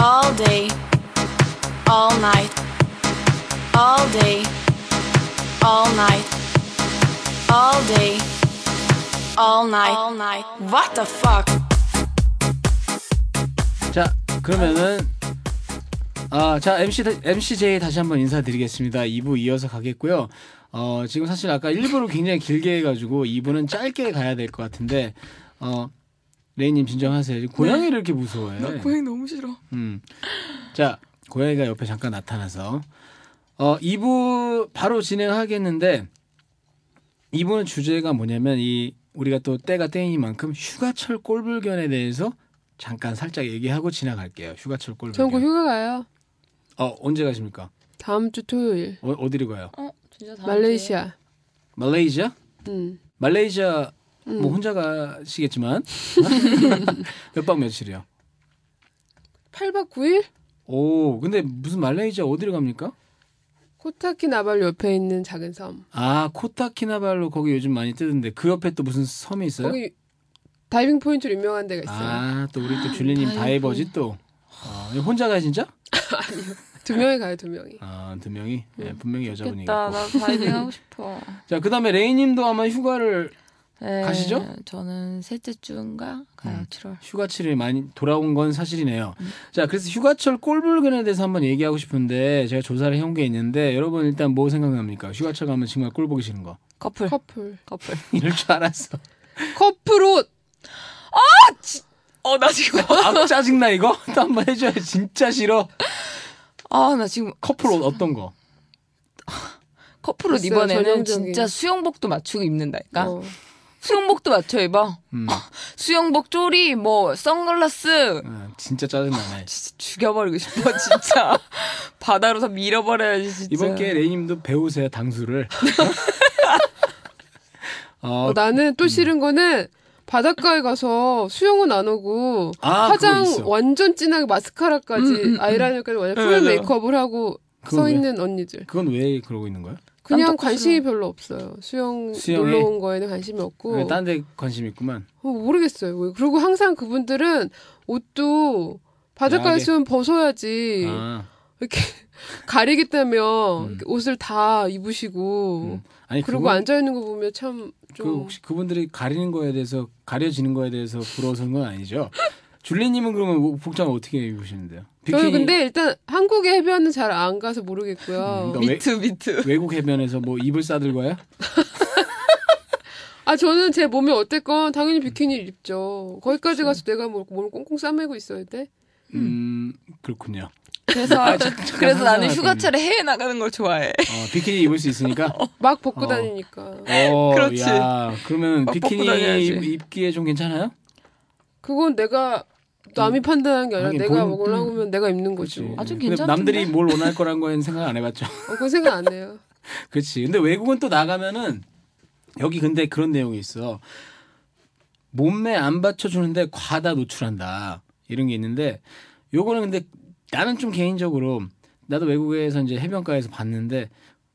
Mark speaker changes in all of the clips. Speaker 1: all day, all night, all day, all night, all day, all night, all night. What the fuck?
Speaker 2: 자, 그러면은 아, 자, MC 다- MCJ 다시 한번 인사드리겠습니다. 2부 이어서 가겠고요. 어, 지금 사실 아까 1부로 굉장히 길게 해 가지고 2부는 짧게 가야 될 것 같은데 어, 레이 님 진정하세요. 고양이를 이렇게 무서워해.
Speaker 3: 네. 고양이 너무 싫어.
Speaker 2: 음. 자, 고양이가 옆에 잠깐 나타나서 어, 2부 바로 진행하겠는데 2부는 주제가 뭐냐면 이 우리가 또 때가 때이니만큼 휴가철 꼴불견에 대해서 잠깐 살짝 얘기하고 지나갈게요. 휴가철
Speaker 4: 저는 곧
Speaker 2: 꼴불견.
Speaker 4: 휴가 가요.
Speaker 2: 어, 언제 가십니까?
Speaker 4: 다음 주 토요일.
Speaker 2: 어, 어디로 가요?
Speaker 3: 어, 진짜 다음
Speaker 4: 말레이시아.
Speaker 2: 말레이시아?
Speaker 4: 음.
Speaker 2: 말레이시아
Speaker 4: 음.
Speaker 2: 뭐 혼자 가시겠지만 몇 박 며칠이요?
Speaker 4: 8박 9일?
Speaker 2: 오, 근데 무슨 말레이시아 어디로 갑니까?
Speaker 4: 코타키나발루 옆에 있는 작은 섬.
Speaker 2: 아 코타키나발루 거기 요즘 많이 뜨던데 그 옆에 또 무슨 섬이 있어요?
Speaker 4: 거기 다이빙 포인트로 유명한 데가 있어요.
Speaker 2: 아 또 우리 또 줄리님 다이버지 또 아, 이거 혼자 가요 진짜?
Speaker 4: 두 명이 가요, 두 명이.
Speaker 2: 아두 명이 예, 분명히
Speaker 3: 주에.
Speaker 2: 여자분이
Speaker 3: 좋겠다.
Speaker 2: 있고
Speaker 3: 나 다이빙 하고 싶어.
Speaker 2: 자 그다음에 레이님도 아마 휴가를
Speaker 3: 네,
Speaker 2: 가시죠?
Speaker 3: 저는 셋째 주인가 가요.
Speaker 2: 음.
Speaker 3: 7월.
Speaker 2: 휴가철에 많이 돌아온 건 사실이네요. 자 그래서 휴가철 꼴불견에 대해서 한번 얘기하고 싶은데 제가 조사를 해온 게 있는데 여러분 일단 뭐 생각납니까? 휴가철 가면 정말 꼴 보기 싫은 거
Speaker 3: 커플.
Speaker 4: 커플.
Speaker 3: 커플.
Speaker 2: 이럴 줄 알았어.
Speaker 4: 커플 옷!
Speaker 3: 어, 나 지금.
Speaker 2: 아 짜증나 이거 또 한 번 해줘야 진짜 싫어.
Speaker 3: 아, 나 지금
Speaker 2: 커플 옷 어떤 거?
Speaker 3: 커플 옷
Speaker 4: 글쎄요,
Speaker 3: 이번에는
Speaker 4: 전형적인.
Speaker 3: 진짜 수영복도 맞추고 입는다니까.
Speaker 4: 어.
Speaker 3: 수영복도 맞춰 입어.
Speaker 2: 음,
Speaker 3: 수영복 쪼리, 뭐, 선글라스.
Speaker 2: 아, 진짜 짜증나네.
Speaker 3: 진짜 죽여버리고 싶어, 진짜. 바다로서 밀어버려야지, 진짜.
Speaker 2: 이번 기회에 레이님도 배우세요 당수를. 어,
Speaker 4: 어, 나는
Speaker 2: 음.
Speaker 4: 또 싫은 거는 바닷가에 가서 수영은 안 오고
Speaker 2: 아,
Speaker 4: 화장
Speaker 2: 그거 있어.
Speaker 4: 완전 진하게 마스카라까지
Speaker 3: 음, 음, 음.
Speaker 4: 아이라이너까지 완전
Speaker 3: 네,
Speaker 4: 풀
Speaker 3: 맞아.
Speaker 4: 메이크업을 하고
Speaker 2: 그건
Speaker 4: 서
Speaker 2: 왜?
Speaker 4: 있는 언니들.
Speaker 2: 그건 왜 그러고 있는 거야?
Speaker 4: 그냥
Speaker 3: 깜짝
Speaker 4: 관심이 별로 없어요. 수영
Speaker 2: 수영에?
Speaker 4: 놀러 온 거에는 관심이 없고
Speaker 2: 딴 데 관심 있구만.
Speaker 4: 어, 모르겠어요. 왜. 그리고 항상 그분들은 옷도 바닷가에
Speaker 2: 야하게.
Speaker 4: 있으면 벗어야지
Speaker 2: 아,
Speaker 4: 이렇게 가리겠다며
Speaker 2: 음.
Speaker 4: 이렇게 옷을 다 입으시고
Speaker 2: 음. 아니
Speaker 4: 뭐. 그리고
Speaker 2: 그분-
Speaker 4: 앉아 있는 거 보면 참좀
Speaker 2: 그 혹시 그분들이 가리는 거에 대해서 가려지는 거에 대해서 부러워서는 건 아니죠? 줄리님은 그러면 뭐 복장 어떻게 입으시는데요?
Speaker 4: 저는
Speaker 2: 비키니-
Speaker 4: 근데 일단 한국의 해변은 잘 안 가서 모르겠고요.
Speaker 2: 그러니까
Speaker 3: 미트, 미트.
Speaker 2: 외국 해변에서 뭐 이불 싸들 거야?
Speaker 4: 아 저는 제 몸이 어땠건 당연히 비키니
Speaker 2: 음.
Speaker 4: 를 입죠. 거기까지
Speaker 2: 그렇죠.
Speaker 4: 가서 내가 뭐 몸을 꽁꽁 싸매고 있어야 돼?
Speaker 2: 음 그렇군요. 아,
Speaker 3: 그래서, 아, 그래서 나는
Speaker 2: 상상할
Speaker 3: 휴가철에 해외 나가는 걸 좋아해.
Speaker 2: 어, 비키니 입을 수 있으니까.
Speaker 4: 막 벗고
Speaker 2: 어.
Speaker 4: 다니니까
Speaker 2: 어,
Speaker 3: 그렇지.
Speaker 2: 야, 그러면
Speaker 3: 막 벗고
Speaker 2: 비키니
Speaker 3: 다녀야지.
Speaker 2: 입- 입기에 좀 괜찮아요?
Speaker 4: 그건 내가
Speaker 2: 음.
Speaker 4: 남이 판단한 게 아니라
Speaker 2: 하긴
Speaker 4: 내가
Speaker 2: 본-
Speaker 4: 먹으려고 하면 내가 입는 거지.
Speaker 2: 음. 그렇지.
Speaker 3: 아주
Speaker 2: 근데
Speaker 3: 괜찮던데?
Speaker 2: 남들이 뭘 원할 거란 거엔 생각 안 해봤죠.
Speaker 4: 어, 그건 생각 안 해요.
Speaker 2: 그렇지. 근데 외국은 또 나가면은 여기 근데 그런 내용이 있어. 몸매 안 받쳐주는데 과다 노출한다 이런 게 있는데 요거는 근데 나는 좀 개인적으로 나도 외국에서 이제 해변가에서 봤는데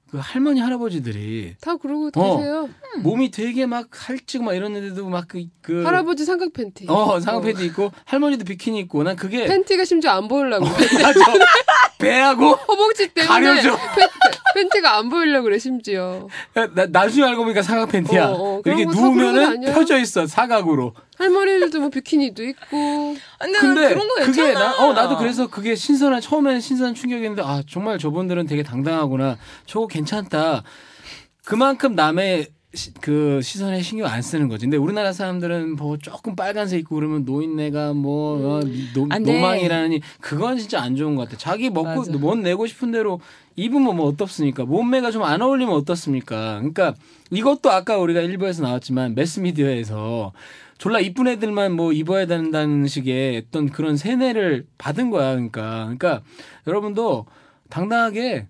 Speaker 2: 그 할머니 할아버지들이
Speaker 4: 다 그러고
Speaker 2: 어.
Speaker 4: 계세요.
Speaker 2: 몸이 되게 막 살찌고 막 이러는데도 막그 그,
Speaker 4: 음. 할아버지 삼각 팬티.
Speaker 2: 어 상패도 입고 할머니도 비키니 입고 난
Speaker 4: 어.
Speaker 2: 그게
Speaker 4: 팬티가 심지어 안 보이려고. 그래.
Speaker 2: 맞아 배하고
Speaker 4: 허벅지 때문에
Speaker 2: 가려져.
Speaker 4: 팬, 티가안 보이려고 그래 심지어.
Speaker 2: 야, 나 나중에 알고 보니까 사각 팬티야.
Speaker 4: 어, 어, 그런
Speaker 2: 이렇게
Speaker 4: 거 사- 그런 건
Speaker 2: 누우면은
Speaker 4: 아니야.
Speaker 2: 펴져 있어 사각으로.
Speaker 4: 할머니들도 뭐 비키니도 있고.
Speaker 3: 근데, 난
Speaker 2: 근데
Speaker 3: 그런 거 괜찮아.
Speaker 2: 그게 나, 어 나도 그래서 그게 신선한 처음에는 신선한 충격이었는데 아 정말 저분들은 되게 당당하구나. 저거 괜찮다. 그만큼 남의 시- 그 시선에 신경 안 쓰는 거지. 근데 우리나라 사람들은 뭐 조금 빨간색 입고 그러면 노인네가 뭐 어, 노,
Speaker 3: 안 돼.
Speaker 2: 노망이라니 그건 진짜 안 좋은 것 같아. 자기 먹고
Speaker 3: 맞아.
Speaker 2: 뭔 내고 싶은 대로 입으면 뭐 어떻습니까? 몸매가 좀 안 어울리면 어떻습니까? 그러니까 이것도 아까 우리가 일부에서 나왔지만 매스미디어에서 졸라 이쁜 애들만 뭐 입어야 된다는 식의 어떤 그런 세뇌를 받은 거야. 그러니까 그러니까 여러분도 당당하게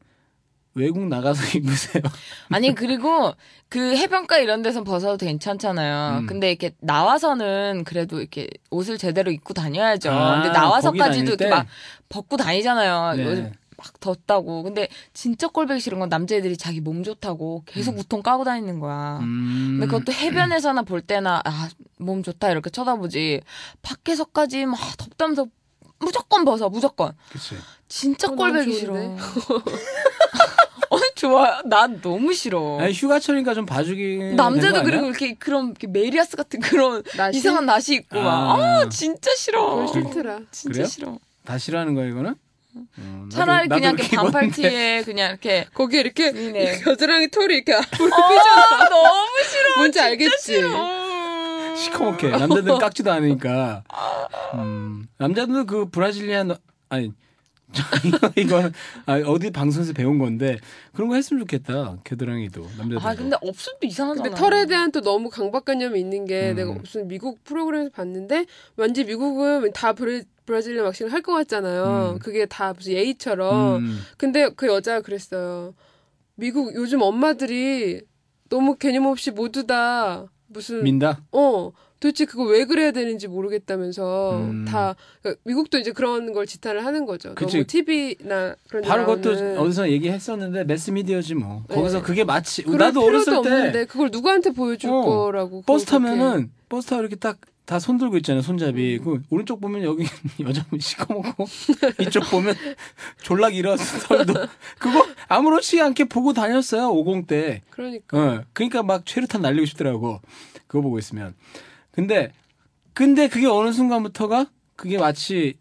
Speaker 2: 외국 나가서 입으세요.
Speaker 3: 아니 그리고 그 해변가 이런 데서 벗어도 괜찮잖아요.
Speaker 2: 음.
Speaker 3: 근데 이렇게 나와서는 그래도 이렇게 옷을 제대로 입고 다녀야죠.
Speaker 2: 아, 거기
Speaker 3: 근데
Speaker 2: 다닐
Speaker 3: 나와서까지도
Speaker 2: 때?
Speaker 3: 이렇게 막 벗고 다니잖아요.
Speaker 2: 네.
Speaker 3: 요즘 막 덥다고. 근데 진짜 꼴보기 싫은 건 남자애들이 자기 몸 좋다고 계속 우통 까고 다니는 거야.
Speaker 2: 음.
Speaker 3: 근데 그것도 해변에서나 볼 때나 아 몸 좋다 이렇게 쳐다보지. 밖에서까지 막 덥다면서 무조건 벗어 무조건
Speaker 2: 그치.
Speaker 3: 진짜
Speaker 4: 어, 난
Speaker 3: 꼴보기 싫어
Speaker 4: 좋은데?
Speaker 3: 어 좋아요 난 너무 싫어
Speaker 2: 아니, 휴가철이니까 좀 봐주기.
Speaker 3: 남자도
Speaker 2: 된
Speaker 3: 그리고
Speaker 2: 거
Speaker 3: 이렇게 그런 이렇게 메리아스 같은 그런
Speaker 4: 나시?
Speaker 3: 이상한 나시 입고 막
Speaker 2: 아.
Speaker 3: 아 진짜 싫어
Speaker 4: 그걸 싫더라.
Speaker 3: 진짜
Speaker 2: 그래요?
Speaker 3: 싫어
Speaker 2: 아니야? 다 싫어하는 거야, 이거는? 음, 나도-
Speaker 3: 차라리
Speaker 2: 나도
Speaker 3: 그냥 이렇게
Speaker 2: 이렇게
Speaker 3: 반팔
Speaker 2: 입었는데.
Speaker 3: 티에 그냥 이렇게
Speaker 4: 거기에 이렇게
Speaker 3: 네.
Speaker 4: 겨드랑이 털이 이렇게 앞으로
Speaker 3: 아 너무 싫어
Speaker 4: 뭔지
Speaker 3: 진짜
Speaker 4: 알겠지?
Speaker 3: 싫어.
Speaker 2: 시커멓게 남자들은 깎지도 않으니까 음, 남자들도 그 브라질리안 아니 저 이거 이거는 아, 어디 방송에서 배운 건데 그런 거 했으면 좋겠다 겨드랑이도 남자들
Speaker 3: 아 근데 없으면 또 이상하잖아
Speaker 4: 근데 털에 대한 또 너무 강박관념이 있는 게
Speaker 2: 음.
Speaker 4: 내가 무슨 미국 프로그램에서 봤는데 왠지 미국은 다 브레, 브라질리아 막신을 할 것 같잖아요.
Speaker 2: 음.
Speaker 4: 그게 다 무슨
Speaker 3: 어,
Speaker 4: 예의처럼. 근데 그 여자가 그랬어요. 미국 요즘 엄마들이 너무 개념 없이 모두 다
Speaker 3: 그
Speaker 4: 무슨
Speaker 2: 민다
Speaker 4: 어 도대체 그거 왜 그래야 되는지 모르겠다면서
Speaker 2: 음.
Speaker 4: 다 그러니까 미국도 이제 그런 걸 지탄을 하는 거죠.
Speaker 2: 그치.
Speaker 4: 너무 TV나 그런 데
Speaker 2: 바로 그것도
Speaker 4: 나오는
Speaker 2: 어디서 얘기했었는데 매스미디어지 뭐
Speaker 4: 네.
Speaker 2: 거기서 그게 마치
Speaker 4: 그럴
Speaker 2: 나도
Speaker 4: 필요도
Speaker 2: 어렸을 때
Speaker 4: 없는데 그걸 누구한테 보여줄
Speaker 2: 어,
Speaker 4: 거라고
Speaker 2: 버스
Speaker 4: 그걸 그렇게. 음.
Speaker 2: 타면은 버스 타고 이렇게 딱 다 손 들고 있잖아요 손잡이 그 오른쪽 보면 여기 여자분 시커멓고 이쪽 보면 졸라 길어 털도 그거 아무렇지 않게 보고 다녔어요 50대
Speaker 4: 그러니까
Speaker 2: 어, 그러니까 막 최루탄 날리고 싶더라고. 그거 보고 있으면. 근데, 근데 그게 어느 순간부터가 그게 마치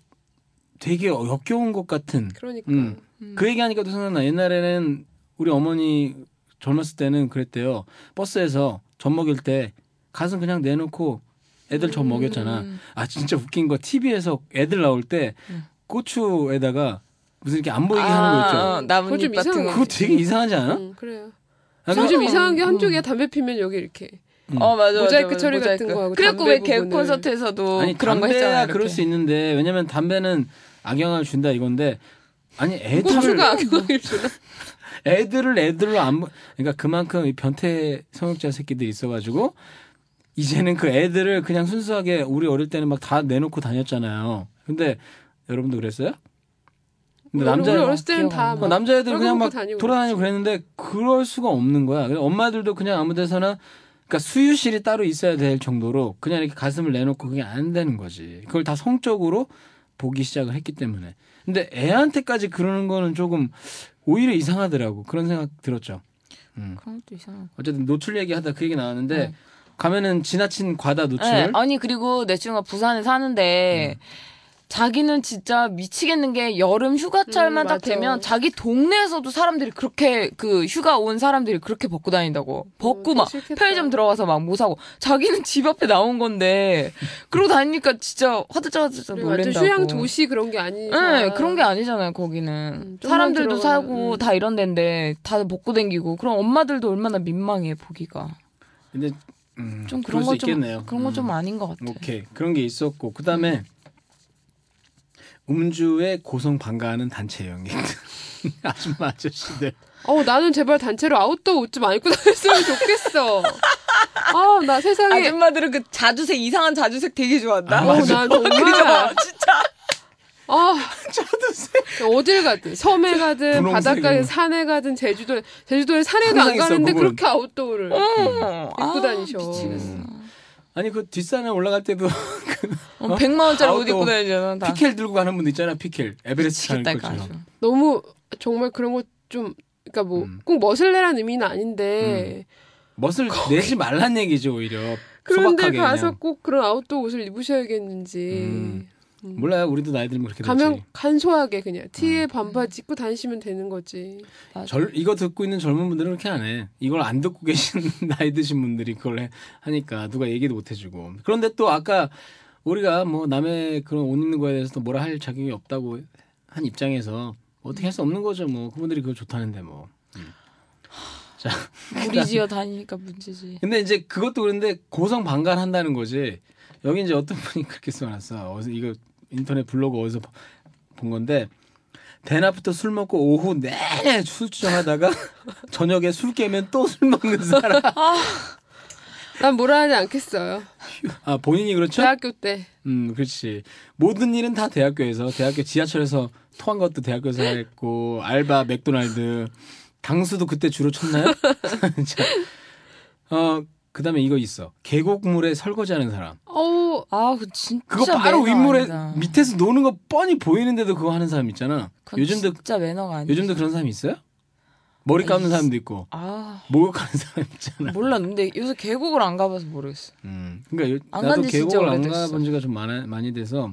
Speaker 2: 되게 역겨운 것 같은.
Speaker 4: 그러니까
Speaker 2: 음.
Speaker 3: 음.
Speaker 2: 그 얘기하니까 또 생각나. 옛날에는 우리 어머니 젊었을 때는 그랬대요. 버스에서 젖 먹일 때 가슴 그냥 내놓고 애들 젖 먹였잖아.
Speaker 3: 음.
Speaker 2: 아, 진짜 웃긴 거. TV에서 애들 나올 때
Speaker 3: 음.
Speaker 2: 고추에다가 무슨 이렇게 안뭐 보이게
Speaker 3: 아,
Speaker 2: 하는 거
Speaker 3: 어,
Speaker 4: 그거 좀
Speaker 3: 나뭇잎 같은
Speaker 4: 이상해.
Speaker 2: 있죠.
Speaker 3: 거
Speaker 2: 그거 되게 이상하지 않아?
Speaker 4: 음, 그래요.
Speaker 2: 어? 아,
Speaker 4: 요즘 이상한 게
Speaker 3: 음.
Speaker 4: 한쪽에 담배 피면 여기 이렇게
Speaker 2: 그
Speaker 3: 어 맞아 맞아,
Speaker 4: 모자이크
Speaker 3: 맞아,
Speaker 4: 처리
Speaker 3: 모자이크.
Speaker 4: 같은 거하고
Speaker 3: 그래갖고
Speaker 4: 담배
Speaker 3: 왜 개그
Speaker 4: 부분을.
Speaker 3: 콘서트에서도
Speaker 2: 아니
Speaker 3: 그런 거
Speaker 2: 담배야
Speaker 3: 했잖아
Speaker 2: 그럴 수 있는데 왜냐면 담배는 악영향을 준다 이건데 아니 애들을
Speaker 4: 고추가 악영향을 주나?
Speaker 2: 애들을 애들로 안 보- 그러니까 그만큼 이 변태 성욕자 새끼들이 있어가지고 이제는 그 애들을 그냥 순수하게 우리 어릴 때는 막 다 내놓고 다녔잖아요. 근데 여러분도 그랬어요? 근데
Speaker 4: 우리
Speaker 2: 남자
Speaker 4: 우리 어렸을 때는
Speaker 3: 기억 안
Speaker 4: 다
Speaker 3: 나.
Speaker 2: 어,
Speaker 4: 막
Speaker 2: 남자애들 그냥 막
Speaker 4: 떨궈먹고 다니고
Speaker 2: 돌아다니고 그랬는데 그럴 수가 없는 거야. 그래서 엄마들도 그냥 아무데서나 그러니까 수유실이 따로 있어야 될 정도로 그냥 이렇게 가슴을 내놓고 그게 안 되는 거지. 그걸 다 성적으로 보기 시작을 했기 때문에. 근데 애한테까지 그러는 거는 조금 오히려 이상하더라고. 그런 생각 들었죠. 음.
Speaker 3: 그런 것도 이상해
Speaker 2: 어쨌든 노출 얘기하다 그 얘기 나왔는데
Speaker 3: 네.
Speaker 2: 가면은 지나친 과다 노출.
Speaker 3: 네, 아니 그리고 내 친구가 부산에
Speaker 2: 음.
Speaker 3: 사는데 자기는 진짜 미치겠는 게 여름 휴가철만
Speaker 4: 음,
Speaker 3: 딱
Speaker 4: 맞아.
Speaker 3: 되면 자기 동네에서도 사람들이 그렇게 그 휴가 온 사람들이 그렇게 벗고 다닌다고 벗고
Speaker 4: 어,
Speaker 3: 막
Speaker 4: 싫겠다.
Speaker 3: 편의점 들어가서 막 뭐 사고 자기는 집 앞에 나온 건데 그러고 다니니까 진짜 화들짝
Speaker 4: 그리고 완전
Speaker 3: 놀랜다고
Speaker 4: 휴양 도시 그런 게 아니.
Speaker 3: 네, 그런 게 아니잖아요, 거기는.
Speaker 4: 음, 좀만
Speaker 3: 사람들도
Speaker 4: 들어가면,
Speaker 3: 사고
Speaker 4: 음.
Speaker 3: 다 이런 데인데 다 벗고 댕기고 그럼 엄마들도 얼마나 민망해 보기가.
Speaker 2: 근데 음,
Speaker 3: 좀
Speaker 2: 그럴
Speaker 3: 그런
Speaker 2: 수
Speaker 3: 건 좀
Speaker 2: 있겠네요.
Speaker 3: 그런 건 좀
Speaker 2: 음.
Speaker 3: 아닌 것 같아.
Speaker 2: 오케이 그런 게 있었고 그 다음에 음주에 고성 반가하는 단체 영역 아줌마 아저씨들
Speaker 4: 어 나는 제발 단체로 아웃도어 옷 좀 안 입고 다녔으면 좋겠어. 아 나 세상에.
Speaker 3: 아줌마들은 그 자주색 이상한 자주색 되게 좋아한다.
Speaker 2: 아,
Speaker 4: 어, 나 정말.
Speaker 3: 진짜.
Speaker 4: 아 어딜 가든 섬에 가든
Speaker 2: 분홍색이네.
Speaker 4: 바닷가에 산에 가든 제주도 제주도에 산에도
Speaker 2: 항상
Speaker 4: 안
Speaker 2: 있어,
Speaker 4: 가는데
Speaker 2: 그건.
Speaker 4: 그렇게 아웃도어를
Speaker 3: 어,
Speaker 4: 입고 다니셔.
Speaker 2: 아니 그 뒷산에 올라갈 때도
Speaker 3: 어, 100만 원짜리 옷
Speaker 2: 아웃도어.
Speaker 3: 입고 다니잖아. 다.
Speaker 2: 피켈 들고 가는 분 있잖아 피켈 에베레스트
Speaker 4: 그
Speaker 2: 가는
Speaker 3: 미치겠다, 이거 아주.
Speaker 2: 것처럼
Speaker 4: 너무 정말 그런 거 좀 그러니까 뭐
Speaker 2: 음.
Speaker 4: 꼭 멋을내란 의미는 아닌데
Speaker 2: 멋을 내지 말란 얘기죠 오히려
Speaker 4: 그런데
Speaker 2: 소박하게
Speaker 4: 가서
Speaker 2: 그냥.
Speaker 4: 꼭 그런 아웃도어 옷을 입으셔야겠는지
Speaker 2: 음. 몰라요 우리도 나이 들면 그렇게
Speaker 4: 가면
Speaker 2: 되지 음.
Speaker 4: 간소하게 그냥 티에 반바지 입고 다니시면 되는 거지.
Speaker 2: 절, 이거 듣고 있는 젊은 분들은 그렇게 안해 이걸 안 듣고 계신 나이 드신 분들이 그걸 해- 하니까 누가 얘기도 못 해주고 그런데 또 아까 우리가 뭐 남의 그런 옷 입는 거에 대해서 또 뭐라 할 자격이 없다고 한 입장에서 어떻게 할 수 없는 거죠 뭐 그분들이 그걸 좋다는데 뭐 음. 자,
Speaker 3: 우리 지어 다니니까 문제지.
Speaker 2: 근데 이제 그것도 그런데 고성 방관한다는 거지. 여기 이제 어떤 분이 그렇게 써놨어. 어디서 이거 인터넷 블로그 어디서 봐- 본 건데 대낮부터 술 먹고 오후 내내 술주정하다가 저녁에 술 깨면 또 술 먹는 사람.
Speaker 4: 난 뭐라 하지 않겠어요.
Speaker 2: 아 본인이 그렇죠?
Speaker 3: 네.
Speaker 4: 대학교 때
Speaker 2: 음, 그렇지. 모든 일은 다 대학교에서, 대학교 지하철에서 토한 것도 대학교에서 했고, 알바, 맥도날드, 당수도 그때 주로 쳤나요? 자, 어, 그 다음에 이거 있어. 계곡물에 설거지하는 사람.
Speaker 4: 어우
Speaker 3: 아, 그 진짜
Speaker 2: 그거 바로
Speaker 3: 매너가
Speaker 2: 윗물에
Speaker 3: 아니다.
Speaker 2: 밑에서 노는 거 뻔히 보이는데도 그거 하는 사람 있잖아.
Speaker 3: 그건
Speaker 2: 요즘도
Speaker 3: 진짜 매너가 아니야.
Speaker 2: 요즘도 그런 사람 있어요? 머리 감는 사람도 있고
Speaker 3: 아,
Speaker 2: 목욕하는 사람 있잖아.
Speaker 3: 몰라. 근데 요새 계곡을 안 가봐서 모르겠어.
Speaker 2: 음. 그러니까 요-
Speaker 3: 안
Speaker 2: 나도
Speaker 3: 간지 진짜
Speaker 2: 계곡을 안
Speaker 3: 오래됐어. 음.
Speaker 2: 가본 지가 좀 많아, 많이 돼서.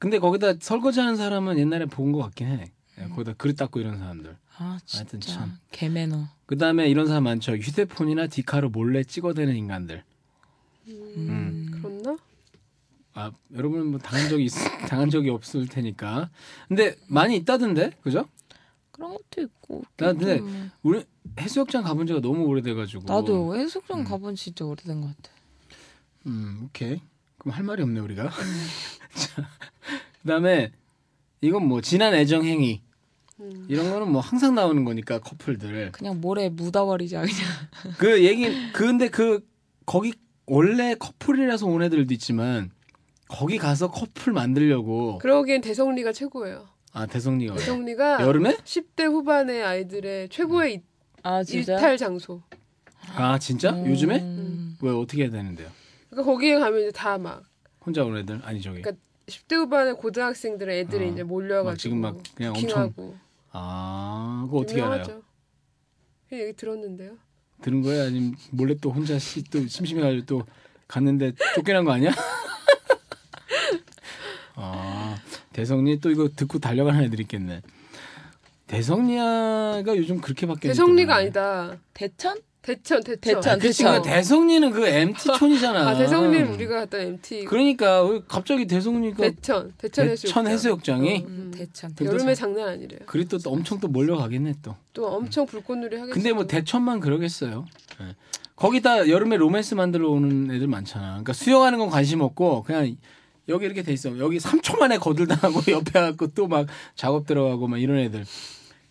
Speaker 2: 근데 거기다 설거지하는 사람은 옛날에 본 것 같긴 해. 예,
Speaker 3: 음.
Speaker 2: 거기다 그릇 닦고 이런 사람들.
Speaker 3: 아,
Speaker 2: 하여튼
Speaker 3: 진짜
Speaker 2: 참.
Speaker 3: 개매너.
Speaker 2: 그 다음에 이런 사람 많죠. 휴대폰이나 디카로 몰래 찍어대는 인간들.
Speaker 3: 음.
Speaker 2: 음.
Speaker 4: 그렇나?
Speaker 2: 아 여러분은 뭐 당한 적이 있, 당한 적이 없을 테니까. 근데 많이 있다던데, 그죠?
Speaker 3: 그런 것도 있고.
Speaker 2: 나 근데 뭐,
Speaker 3: 좀 뭐.
Speaker 2: 우리 해수욕장 가본 지가 너무 오래돼가지고.
Speaker 3: 나도 해수욕장 가본 지 진짜 오래된 것 같아.
Speaker 2: 음, 오케이. 그럼 할 말이 없네 우리가. 자,
Speaker 4: 음.
Speaker 2: 그다음에 이건 뭐 지난 애정 행위
Speaker 4: 음.
Speaker 2: 이런 거는 뭐 항상 나오는 거니까 커플들.
Speaker 3: 그냥 모래 묻어버리자 그냥.
Speaker 2: 그 얘기 근데 그 거기 원래 커플이라서 온 애들도 있지만 거기 가서 커플 만들려고
Speaker 4: 그러기엔 그 대성리가 최고예요.
Speaker 2: 아 대성리가 왜?
Speaker 4: 대성리가
Speaker 2: 여름에?
Speaker 4: 10대 후반의 아이들의 최고의
Speaker 2: 음.
Speaker 4: 이-
Speaker 3: 아 진짜.
Speaker 4: 일탈 장소.
Speaker 2: 아 진짜?
Speaker 3: 음.
Speaker 2: 요즘에? 왜 어떻게 해야 되는데요?
Speaker 4: 그러니까 거기에 가면 이제 다 막
Speaker 2: 혼자 온 애들 아니 저기.
Speaker 4: 그러니까 10대 후반의 고등학생들의 애들이
Speaker 2: 아,
Speaker 4: 이제
Speaker 2: 막
Speaker 4: 몰려가지고
Speaker 2: 지금 막 그냥 엄청
Speaker 4: 그러니까 부킹하고
Speaker 2: 아 그거 어떻게 알아요?
Speaker 4: 유명하죠. 그 얘기 들었는데요.
Speaker 2: 들은 거예요? 아니면 몰래 또 혼자 씨, 또 심심해가지고 또 갔는데 쫓겨난 거 아니야? 아 대성리 또 이거 듣고 달려가는 애들 있겠네. 대성리가 요즘 그렇게 바뀌었
Speaker 4: 대성리가 아니다.
Speaker 3: 대천?
Speaker 4: 대천 대천.
Speaker 3: 대천.
Speaker 2: 그 친구 대성리는 그 MT 촌이잖아.
Speaker 4: 아 대성리는 우리가 갔던 MT.
Speaker 2: 음. 그러니까 왜 갑자기 대성리가
Speaker 4: 대천 대천 해수욕장.
Speaker 2: 대천 해수욕장이
Speaker 4: 음.
Speaker 3: 대천.
Speaker 2: 대천.
Speaker 4: 여름에 장난 아니래요.
Speaker 2: 그리 또, 또 엄청 또 몰려가겠네 또.
Speaker 4: 또 엄청 불꽃놀이 하겠어.
Speaker 2: 근데 뭐 대천만 그러겠어요. 예. 거기다 여름에 로맨스 만들러 오는 애들 많잖아. 그러니까 수영하는 건 관심 없고 그냥 여기 이렇게 돼 있어. 여기 3초 만에 거들당하고 옆에 갖고 또 막 작업 들어가고 막 이런 애들.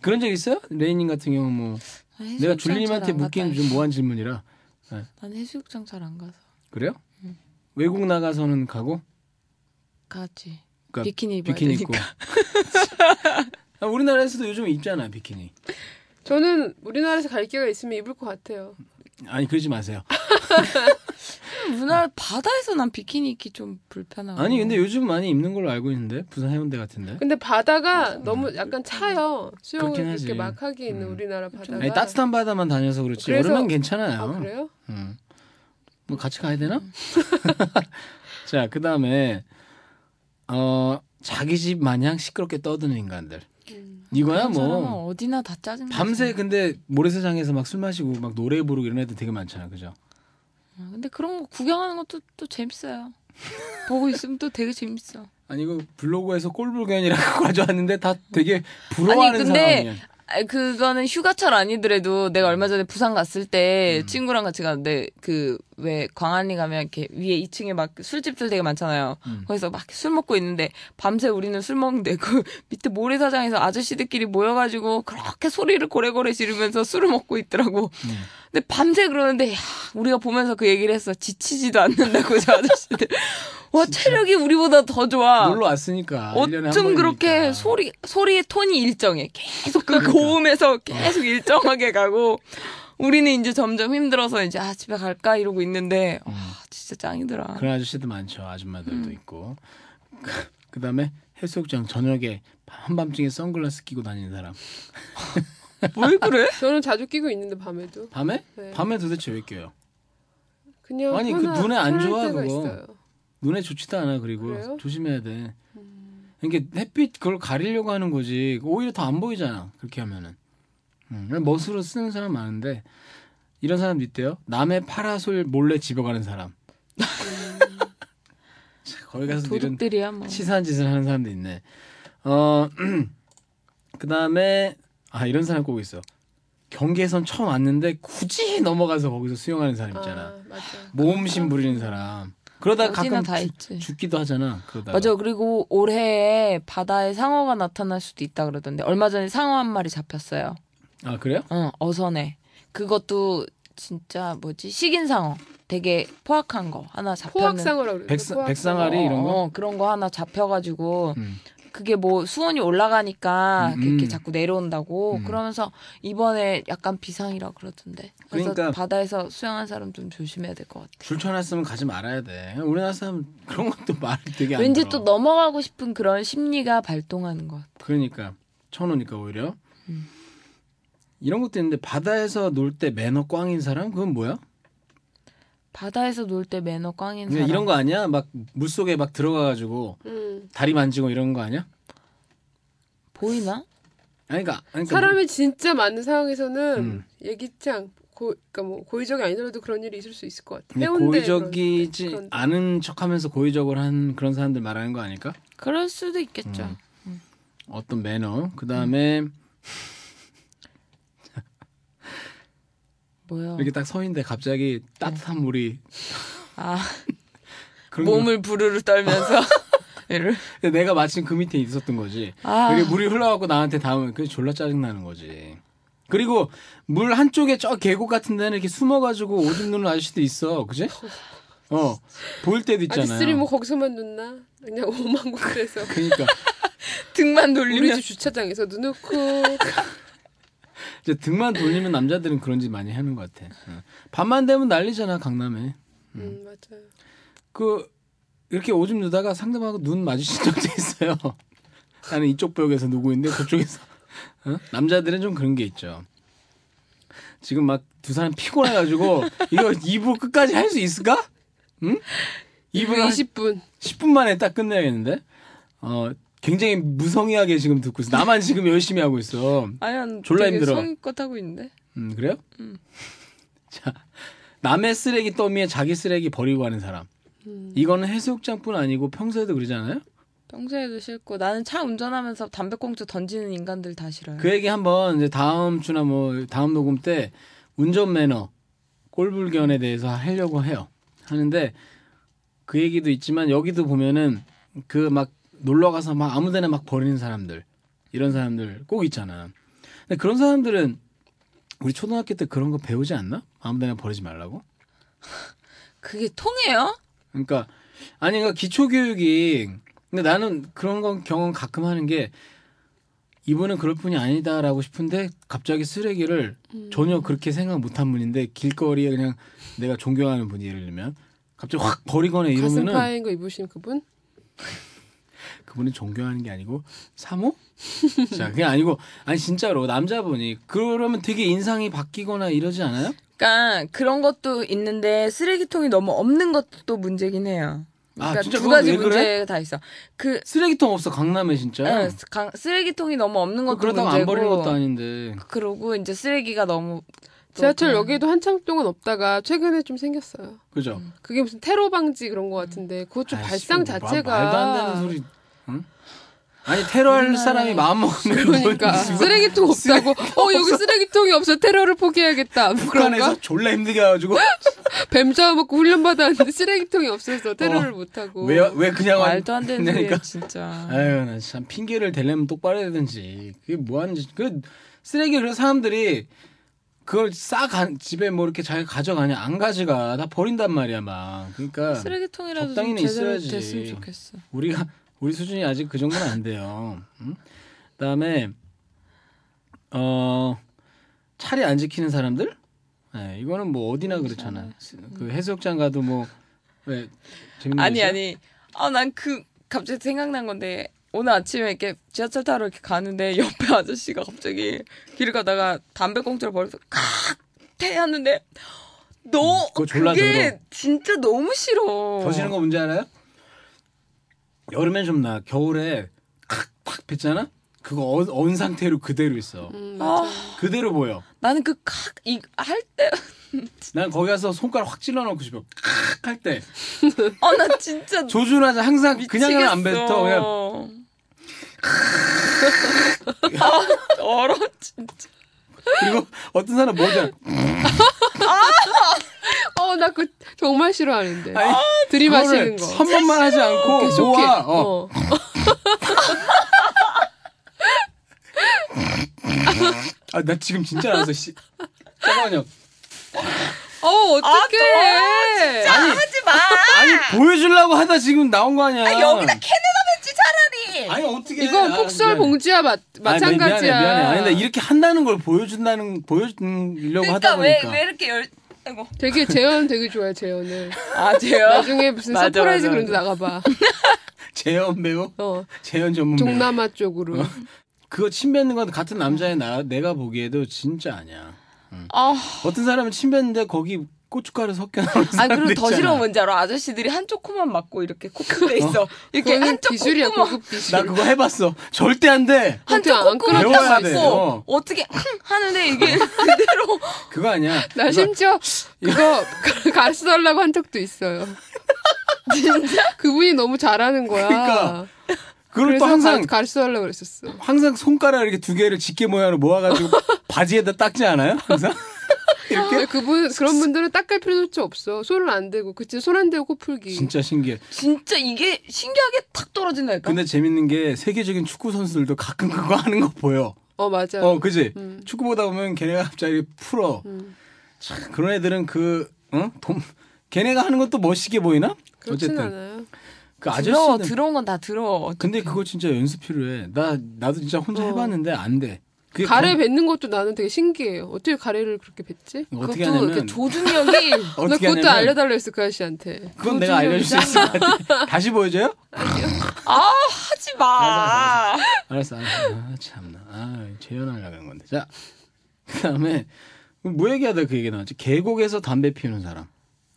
Speaker 2: 그런 적 있어요? 레이님 같은 경우 는
Speaker 3: 아,
Speaker 2: 뭐
Speaker 3: 해수욕장
Speaker 2: 내가 줄리님한테
Speaker 3: 잘안
Speaker 2: 묻기는
Speaker 3: 갔다.
Speaker 2: 좀 모한 질문이라
Speaker 3: 난 해수욕장 잘 안 가서
Speaker 2: 그래요?
Speaker 3: 음.
Speaker 2: 외국 나가서는 가고
Speaker 3: 가지.
Speaker 2: 그러니까
Speaker 3: 비키니 입어야
Speaker 2: 비키니
Speaker 3: 되니까.
Speaker 2: 입고. 아, 우리나라에서도 요즘 입잖아 비키니.
Speaker 4: 저는 우리나라에서 갈 기회가 있으면 입을 것 같아요.
Speaker 2: 아니 그러지 마세요.
Speaker 3: 문화 바다에서 난 비키니 입기 좀 불편하고.
Speaker 2: 아니 근데 요즘 많이 입는 걸로 알고 있는데 부산 해운대 같은데.
Speaker 4: 근데 바다가 너무 약간 차요. 수영을
Speaker 2: 아, 음. 그렇긴
Speaker 4: 그렇게
Speaker 2: 하지.
Speaker 4: 막 하기에는
Speaker 2: 음.
Speaker 4: 우리나라 바다가.
Speaker 2: 아니, 따뜻한 바다만 다녀서 그렇지
Speaker 4: 그래서-
Speaker 2: 여름엔 괜찮아요.
Speaker 4: 아 그래요?
Speaker 2: 음. 뭐 같이 가야 되나?
Speaker 3: 음.
Speaker 2: 자, 그 다음에 어 자기 집 마냥 시끄럽게 떠드는 인간들.
Speaker 4: 음.
Speaker 2: 이거야
Speaker 3: 그런 사람은
Speaker 2: 뭐
Speaker 3: 어디나 다 짜증.
Speaker 2: 밤새 근데 모래사장에서 막 술 마시고 막 노래 부르고 이런 애들 되게 많잖아, 그죠?
Speaker 3: 어, 근데 그런 거 구경하는 것도 또 재밌어요. 보고 있으면 또 되게 재밌어.
Speaker 2: 아니 이거 블로그에서 꼴불견이라고 가져왔는데 다 되게 부러워하는
Speaker 3: 아니, 근데
Speaker 2: 사람이야.
Speaker 3: 아, 그거는 휴가철 아니더라도 내가 얼마 전에 부산 갔을 때
Speaker 2: 음.
Speaker 3: 친구랑 같이 갔는데 그 왜 광안리 가면 이렇게 위에 2층에 막 술집들 되게 많잖아요.
Speaker 2: 음.
Speaker 3: 거기서 막 술 먹고 있는데 밤새 우리는 술 먹는데 그 밑에 모래사장에서 아저씨들끼리 모여가지고 그렇게 소리를 고래고래 지르면서 술을 먹고 있더라고.
Speaker 2: 음.
Speaker 3: 근데 밤새 그러는데 야, 우리가 보면서 그 얘기를 했어. 지치지도 않는다고 저 아저씨들. 와 체력이 우리보다 더 좋아.
Speaker 2: 놀러 왔으니까. 일년에 한
Speaker 3: 어쩜
Speaker 2: 번이니까.
Speaker 3: 그렇게 소리 소리의 톤이 일정해. 계속 그
Speaker 2: 그러니까.
Speaker 3: 고음에서 계속 일정하게 가고 우리는 이제 점점 힘들어서 이제 아 집에 갈까 이러고 있는데
Speaker 2: 음.
Speaker 3: 와 진짜 짱이더라.
Speaker 2: 그런 아저씨도 많죠. 아줌마들도 있고. 그 다음에 해수욕장 저녁에 한밤중에 선글라스 끼고 다니는 사람.
Speaker 3: 왜 그래?
Speaker 4: 저는 자주 끼고 있는데 밤에도
Speaker 2: 밤에?
Speaker 4: 네.
Speaker 2: 밤에 도대체 왜 껴요?
Speaker 4: 그냥
Speaker 2: 아니, 그
Speaker 4: 편하-
Speaker 2: 눈에 안
Speaker 4: 편할
Speaker 2: 좋아,
Speaker 4: 때가
Speaker 2: 그거.
Speaker 4: 있어요.
Speaker 2: 눈에 좋지도 않아 그리고
Speaker 4: 그래요?
Speaker 2: 조심해야 돼. 이게 햇빛 그걸 가리려고 하는 거지 오히려 더 안 보이잖아 그렇게 하면은 음, 그냥 멋으로 쓰는 사람 많은데 이런 사람도 있대요 남의 파라솔 몰래 집어가는 사람 자, 거기 가서 이런
Speaker 3: 도둑들이야 뭐.
Speaker 2: 치사한 짓을 하는 사람도 있네 어 그다음에 아 이런 사람 꼭 있어 경계선 처음 왔는데 굳이 넘어가서 거기서 수영하는 사람 있잖아
Speaker 4: 아, 맞아.
Speaker 2: 모험심 부리는 사람. 그러다가
Speaker 3: 어디나
Speaker 2: 가끔
Speaker 3: 다
Speaker 2: 죽-
Speaker 3: 있지.
Speaker 2: 죽기도 하잖아. 그러다가.
Speaker 3: 맞아. 그리고 올해에 바다에 상어가 나타날 수도 있다 그러던데 얼마 전에 상어 한 마리 잡혔어요.
Speaker 2: 아, 그래요?
Speaker 3: 응, 어선에. 그것도 진짜 뭐지? 식인 상어. 되게 포악한 거 하나 잡혔는
Speaker 2: 그
Speaker 4: 포악상어라고 그래요.
Speaker 2: 백사- 백상아리? 이런 거?
Speaker 3: 어, 그런 거 하나 잡혀가지고
Speaker 2: 음.
Speaker 3: 그게 뭐 수온이 올라가니까
Speaker 2: 음,
Speaker 3: 이렇게
Speaker 2: 음.
Speaker 3: 자꾸 내려온다고
Speaker 2: 음.
Speaker 3: 그러면서 이번에 약간 비상이라 그러던데. 그래서
Speaker 2: 그러니까-
Speaker 3: 바다에서 수영한 사람 좀 조심해야 될 것 같아.
Speaker 2: 줄쳐놨으면 가지 말아야 돼. 우리나라 사람 그런 것도 말 되게 안
Speaker 3: 왠지
Speaker 2: 들어.
Speaker 3: 또 넘어가고 싶은 그런 심리가 발동하는 것 같아.
Speaker 2: 그러니까 쳐놓으니까 오히려
Speaker 3: 음.
Speaker 2: 이런 것도 있는데 바다에서 놀 때 매너 꽝인 사람 그건 뭐야?
Speaker 3: 바다에서 놀 때 매너 꽝인
Speaker 2: 그냥
Speaker 3: 사람.
Speaker 2: 이런 거 아니야? 막 물 속에 막 들어가가지고
Speaker 4: 음.
Speaker 2: 다리 만지고 이런 거 아니야?
Speaker 3: 보이나?
Speaker 2: 아니 그러니까, 아니, 그러니까
Speaker 4: 사람이 진짜 많은 상황에서는
Speaker 2: 음.
Speaker 4: 예기치 않고 그러니까 뭐 고의적이 아니더라도 그런 일이 있을 수 있을 것 같아.
Speaker 2: 근데
Speaker 4: 해운대
Speaker 2: 고의적이지
Speaker 4: 그런-
Speaker 2: 않은 척하면서 고의적으로 한 그런 사람들 말하는 거 아닐까?
Speaker 3: 그럴 수도 있겠죠.
Speaker 2: 음. 어떤 매너 그 다음에
Speaker 3: 뭐야?
Speaker 2: 이렇게 딱 서 있는데 갑자기
Speaker 4: 네.
Speaker 2: 따뜻한 물이
Speaker 3: 아
Speaker 2: 그런 거-
Speaker 3: 몸을 부르르 떨면서 얘를.
Speaker 2: 근데 내가 마침 그 밑에 있었던 거지.
Speaker 3: 아.
Speaker 2: 그게 물이 흘러갖고 나한테 닿으면 그게 졸라 짜증나는 거지. 그리고 물 한쪽에 저 계곡 같은 데는 이렇게 숨어가지고 오줌 누는 아저씨도 있어. 그지? 어. 보일 때도
Speaker 4: 그런- 아저씨들이
Speaker 2: 있잖아요.
Speaker 4: 뭐 거기서만 눈나? 그냥 오만 곳에서
Speaker 2: 그러니까
Speaker 3: 등만
Speaker 4: 우리
Speaker 3: 돌리면
Speaker 4: 집 주차장에서도 넣고
Speaker 2: 음. 이제 등만 돌리면 남자들은 그런 짓 많이 하는 것 같아. 어. 밤만 되면 난리잖아 강남에.
Speaker 4: 음 맞아요.
Speaker 2: 그 이렇게 오줌 누다가 상대방하고 눈 마주친 적도 있어요. 나는 이쪽 벽에서 누구인데 저쪽에서 어? 남자들은 좀 그런 게 있죠. 지금 막 두 사람 피곤해가지고 이거 2부 끝까지 할 수 있을까? 응? 2부
Speaker 4: 20분
Speaker 2: 10분 만에 딱 끝내야겠는데? 어 굉장히 무성의하게 지금 듣고 있어. 나만 지금 열심히 하고 있어.
Speaker 3: 아니
Speaker 2: 졸라
Speaker 3: 되게
Speaker 2: 힘들어.
Speaker 3: 성의껏 하고 있는데.
Speaker 2: 음 그래요? 자 남의 쓰레기 더미에 자기 쓰레기 버리고 하는 사람. 이거는 해수욕장뿐 아니고 평소에도 그러지 않아요?
Speaker 3: 평소에도 싫고 나는 차 운전하면서 담배꽁초 던지는 인간들 다 싫어요.
Speaker 2: 그 얘기 한번 이제 다음 주나 뭐 다음 녹음 때 운전 매너 꼴불견에 대해서 하려고 해요. 하는데 그 얘기도 있지만 여기도 보면은 그 막 놀러 가서 막 아무데나 막 버리는 사람들 이런 사람들 꼭 있잖아. 근데 그런 사람들은 우리 초등학교 때 그런 거 배우지 않나? 아무데나 버리지 말라고.
Speaker 3: 그게 통해요?
Speaker 2: 그러니까 아니 그러니까 기초 교육이 근데 나는 그런 건 경험 가끔 하는 게 이분은 그럴 뿐이 아니다라고 싶은데 갑자기 쓰레기를
Speaker 3: 음.
Speaker 2: 전혀 그렇게 생각 못한 분인데 길거리에 그냥 내가 존경하는 분이 예를 들면 갑자기 확 버리거나 이러면은
Speaker 4: 가슴파인 거 입으신 그분?
Speaker 2: 그분은 존경하는 게 아니고 사모? 자 그게 아니고 아니 진짜로 남자분이 그러면 되게 인상이 바뀌거나 이러지 않아요?
Speaker 3: 그러니까 그런 것도 있는데 쓰레기통이 너무 없는 것도 문제긴 해요.
Speaker 2: 아,
Speaker 3: 그러니까
Speaker 2: 진짜
Speaker 3: 두
Speaker 2: 그건
Speaker 3: 가지
Speaker 2: 왜 그래?
Speaker 3: 문제가 다 있어. 그
Speaker 2: 쓰레기통 없어 강남에 진짜.
Speaker 3: 예, 강- 쓰레기통이 너무 없는 것도
Speaker 2: 그러다가
Speaker 3: 문제고
Speaker 2: 안 버리는 것도 아닌데.
Speaker 3: 그러고 이제 쓰레기가 너무 또 음,
Speaker 4: 지하철
Speaker 3: 그냥-
Speaker 4: 역에도 한참 동안 없다가 최근에 좀 생겼어요.
Speaker 2: 그죠?
Speaker 3: 음.
Speaker 4: 그게 무슨 테러 방지 그런 거 같은데 그것 좀
Speaker 2: 음. 아이,
Speaker 4: 발상
Speaker 2: 씨, 뭐,
Speaker 4: 자체가
Speaker 2: 마- 말도 안 되는 소리. 응? 아니 테러할 사람이 마음 먹으면
Speaker 4: 그러니까 쓰레기통 없다고 어 여기 쓰레기통이 없어 테러를 포기해야겠다 뭐
Speaker 2: 북한에서
Speaker 4: 그런가 어?
Speaker 2: 졸라 힘들게 가지고
Speaker 4: 뱀 잡아먹고 훈련 받았는데 쓰레기통이 없어서 테러를
Speaker 2: 어,
Speaker 4: 못 하고
Speaker 2: 왜 왜 그냥
Speaker 3: 말도 안 되는 소리예요
Speaker 2: 그러니까
Speaker 3: 진짜.
Speaker 2: 아유 나 참 핑계를 대려면 똑바로 해야 되는지 그게 뭐 하는지 그 쓰레기 그래서 사람들이 그걸 싸 가, 집에 뭐 이렇게 잘 가져가냐 안 가져가 다 버린단 말이야 막 그러니까
Speaker 3: 쓰레기통이라도 좀
Speaker 2: 적당히는
Speaker 3: 제대로
Speaker 2: 있어야지.
Speaker 3: 됐으면 좋겠어.
Speaker 2: 우리가 우리 수준이 아직 그 정도는 안 돼요. 음? 그다음에 어 차례 안 지키는 사람들? 네, 이거는 뭐 어디나
Speaker 3: 그렇죠.
Speaker 2: 그렇잖아. 그 해수욕장 가도 뭐왜 재밌는 거
Speaker 3: 아니
Speaker 2: 있어요?
Speaker 3: 아니. 아 난 그 갑자기 생각난 건데 오늘 아침에 이렇게 지하철 타러 이렇게 가는데 옆에 아저씨가 갑자기 길 가다가 담배꽁초를 버려서 칵 태웠는데 너
Speaker 2: 음, 그거 졸라
Speaker 3: 그게
Speaker 2: 더러워.
Speaker 3: 진짜 너무 싫어.
Speaker 2: 더지는 거 뭔지 알아요? 여름엔 좀 나. 겨울에 칵탁 뱉잖아. 그거 어- 언 상태로 그대로 있어.
Speaker 4: 음, 맞아.
Speaker 3: 아,
Speaker 2: 그대로 보여.
Speaker 3: 나는 그칵이할때
Speaker 2: 난 거기 가서 손가락 확 찔러놓고 싶어. 칵 할 때.
Speaker 3: 아 나 진짜
Speaker 2: 조준하자 항상
Speaker 3: 미치겠어.
Speaker 2: 그냥은 안 뱉어. 그냥
Speaker 3: 아, 더러 진짜.
Speaker 2: 그리고 어떤 사람 뭐지?
Speaker 4: 어, 나 그 정말 싫어하는데
Speaker 2: 아니,
Speaker 4: 들이마시는 거
Speaker 2: 한 번만 하지 않고
Speaker 4: 좋게
Speaker 2: 모아. 어.
Speaker 4: 어.
Speaker 2: 아, 나 지금 진짜 나서 씨. 잠깐만요.
Speaker 4: 어 어떡해
Speaker 2: 아니,
Speaker 3: 하지 마. 아.
Speaker 2: 아니 보여주려고 하다 지금 나온 거 아니야.
Speaker 3: 여기다 캐내나 뱉지 차라리.
Speaker 2: 아니 어떻게 아,
Speaker 4: 이건 폭설 봉지와 마, 마찬가지야.
Speaker 2: 아니, 미안해, 미안해. 아니 근데 이렇게 한다는 걸 보여준다는 보여주려고 하다
Speaker 3: 그러니까 왜 왜
Speaker 2: 보니까
Speaker 3: 이렇게 열 아이고
Speaker 4: 되게 재현 되게 좋아해 재현을.
Speaker 3: 아 돼요
Speaker 4: 나중에 무슨
Speaker 3: 맞아,
Speaker 4: 서프라이즈
Speaker 3: 맞아,
Speaker 4: 그런 데 나가봐.
Speaker 2: 재현 배우,
Speaker 4: 어
Speaker 2: 재현 전문 배우.
Speaker 4: 동남아 쪽으로.
Speaker 2: 어. 그거 침 뱉는 건 같은 남자의 나 내가 보기에도 진짜 아니야.
Speaker 3: 아
Speaker 2: 어떤 사람은 침 뱉는데 거기 고춧가루 섞여 나오는
Speaker 3: 아
Speaker 2: 사람도
Speaker 3: 그리고
Speaker 2: 있잖아.
Speaker 3: 더 싫어 뭔지 알아 아저씨들이 한쪽 코만 막고 이렇게 코끝에 있어 이렇게
Speaker 4: 그거는
Speaker 3: 한쪽
Speaker 4: 기술이야
Speaker 3: 콧구멍
Speaker 4: 고급 기술.
Speaker 2: 나 그거 해봤어. 절대 안 돼.
Speaker 3: 한쪽
Speaker 4: 안
Speaker 3: 콧구멍
Speaker 2: 끊어져요. 배워야
Speaker 3: 딱
Speaker 2: 돼, 어.
Speaker 3: 막고 어떻게 하는데 이게 그대로
Speaker 2: 그거 아니야. 그러니까
Speaker 4: 나 심지어 그거 가르쳐 달라고 한 적도 있어요. 진짜? 그분이 너무 잘하는 거야.
Speaker 2: 그러니까. 그걸
Speaker 4: 그래서
Speaker 2: 또 항상
Speaker 4: 가르쳐 달라고 그랬었어.
Speaker 2: 항상 손가락 이렇게 두 개를 집게 모양으로 모아가지고 바지에다 닦지 않아요? 항상
Speaker 4: 근데 그분 그런 분들은 닦을 필요조차 없어. 손을 안 대고 그치 손 안 대고 코 풀기.
Speaker 2: 진짜
Speaker 4: 어?
Speaker 2: 신기해.
Speaker 3: 진짜 이게 신기하게 탁 떨어진다니까
Speaker 2: 근데 재밌는 게 세계적인 축구 선수들도 가끔 그거 하는 거 보여.
Speaker 4: 어 맞아.
Speaker 2: 어, 그지?
Speaker 4: 음.
Speaker 2: 축구 보다 보면 걔네가 갑자기 풀어.
Speaker 4: 음.
Speaker 2: 참, 그런 애들은 그, 어? 돈, 걔네가 하는 것도 멋있게 보이나?
Speaker 4: 그렇진
Speaker 2: 어쨌든.
Speaker 4: 않아요.
Speaker 2: 그
Speaker 3: 들어
Speaker 2: 아저씨는.
Speaker 3: 들어온 건 다 들어
Speaker 2: 근데 그거 진짜 연습 필요해. 나, 나도 진짜 혼자
Speaker 4: 어.
Speaker 2: 해봤는데 안 돼. 그게
Speaker 4: 가래
Speaker 2: 건-
Speaker 4: 뱉는 것도 나는 되게 신기해요. 어떻게 가래를 그렇게 뱉지?
Speaker 2: 어떻게
Speaker 3: 그것도
Speaker 2: 하냐면.
Speaker 3: 이렇게 조준력이
Speaker 4: 나
Speaker 2: 어떻게
Speaker 4: 그것도
Speaker 2: 하냐면
Speaker 4: 알려달라 했어 그 아저씨한테.
Speaker 2: 그건 내가 알려줄 수 있을 것 같아. 다시 보여줘요?
Speaker 3: 아 하지 마
Speaker 2: 알았어, 알았어. 아, 참나. 아, 재현하려고 한 건데. 자. 그 다음에, 뭐 얘기하다 그 얘기 나왔지? 계곡에서 담배 피우는 사람.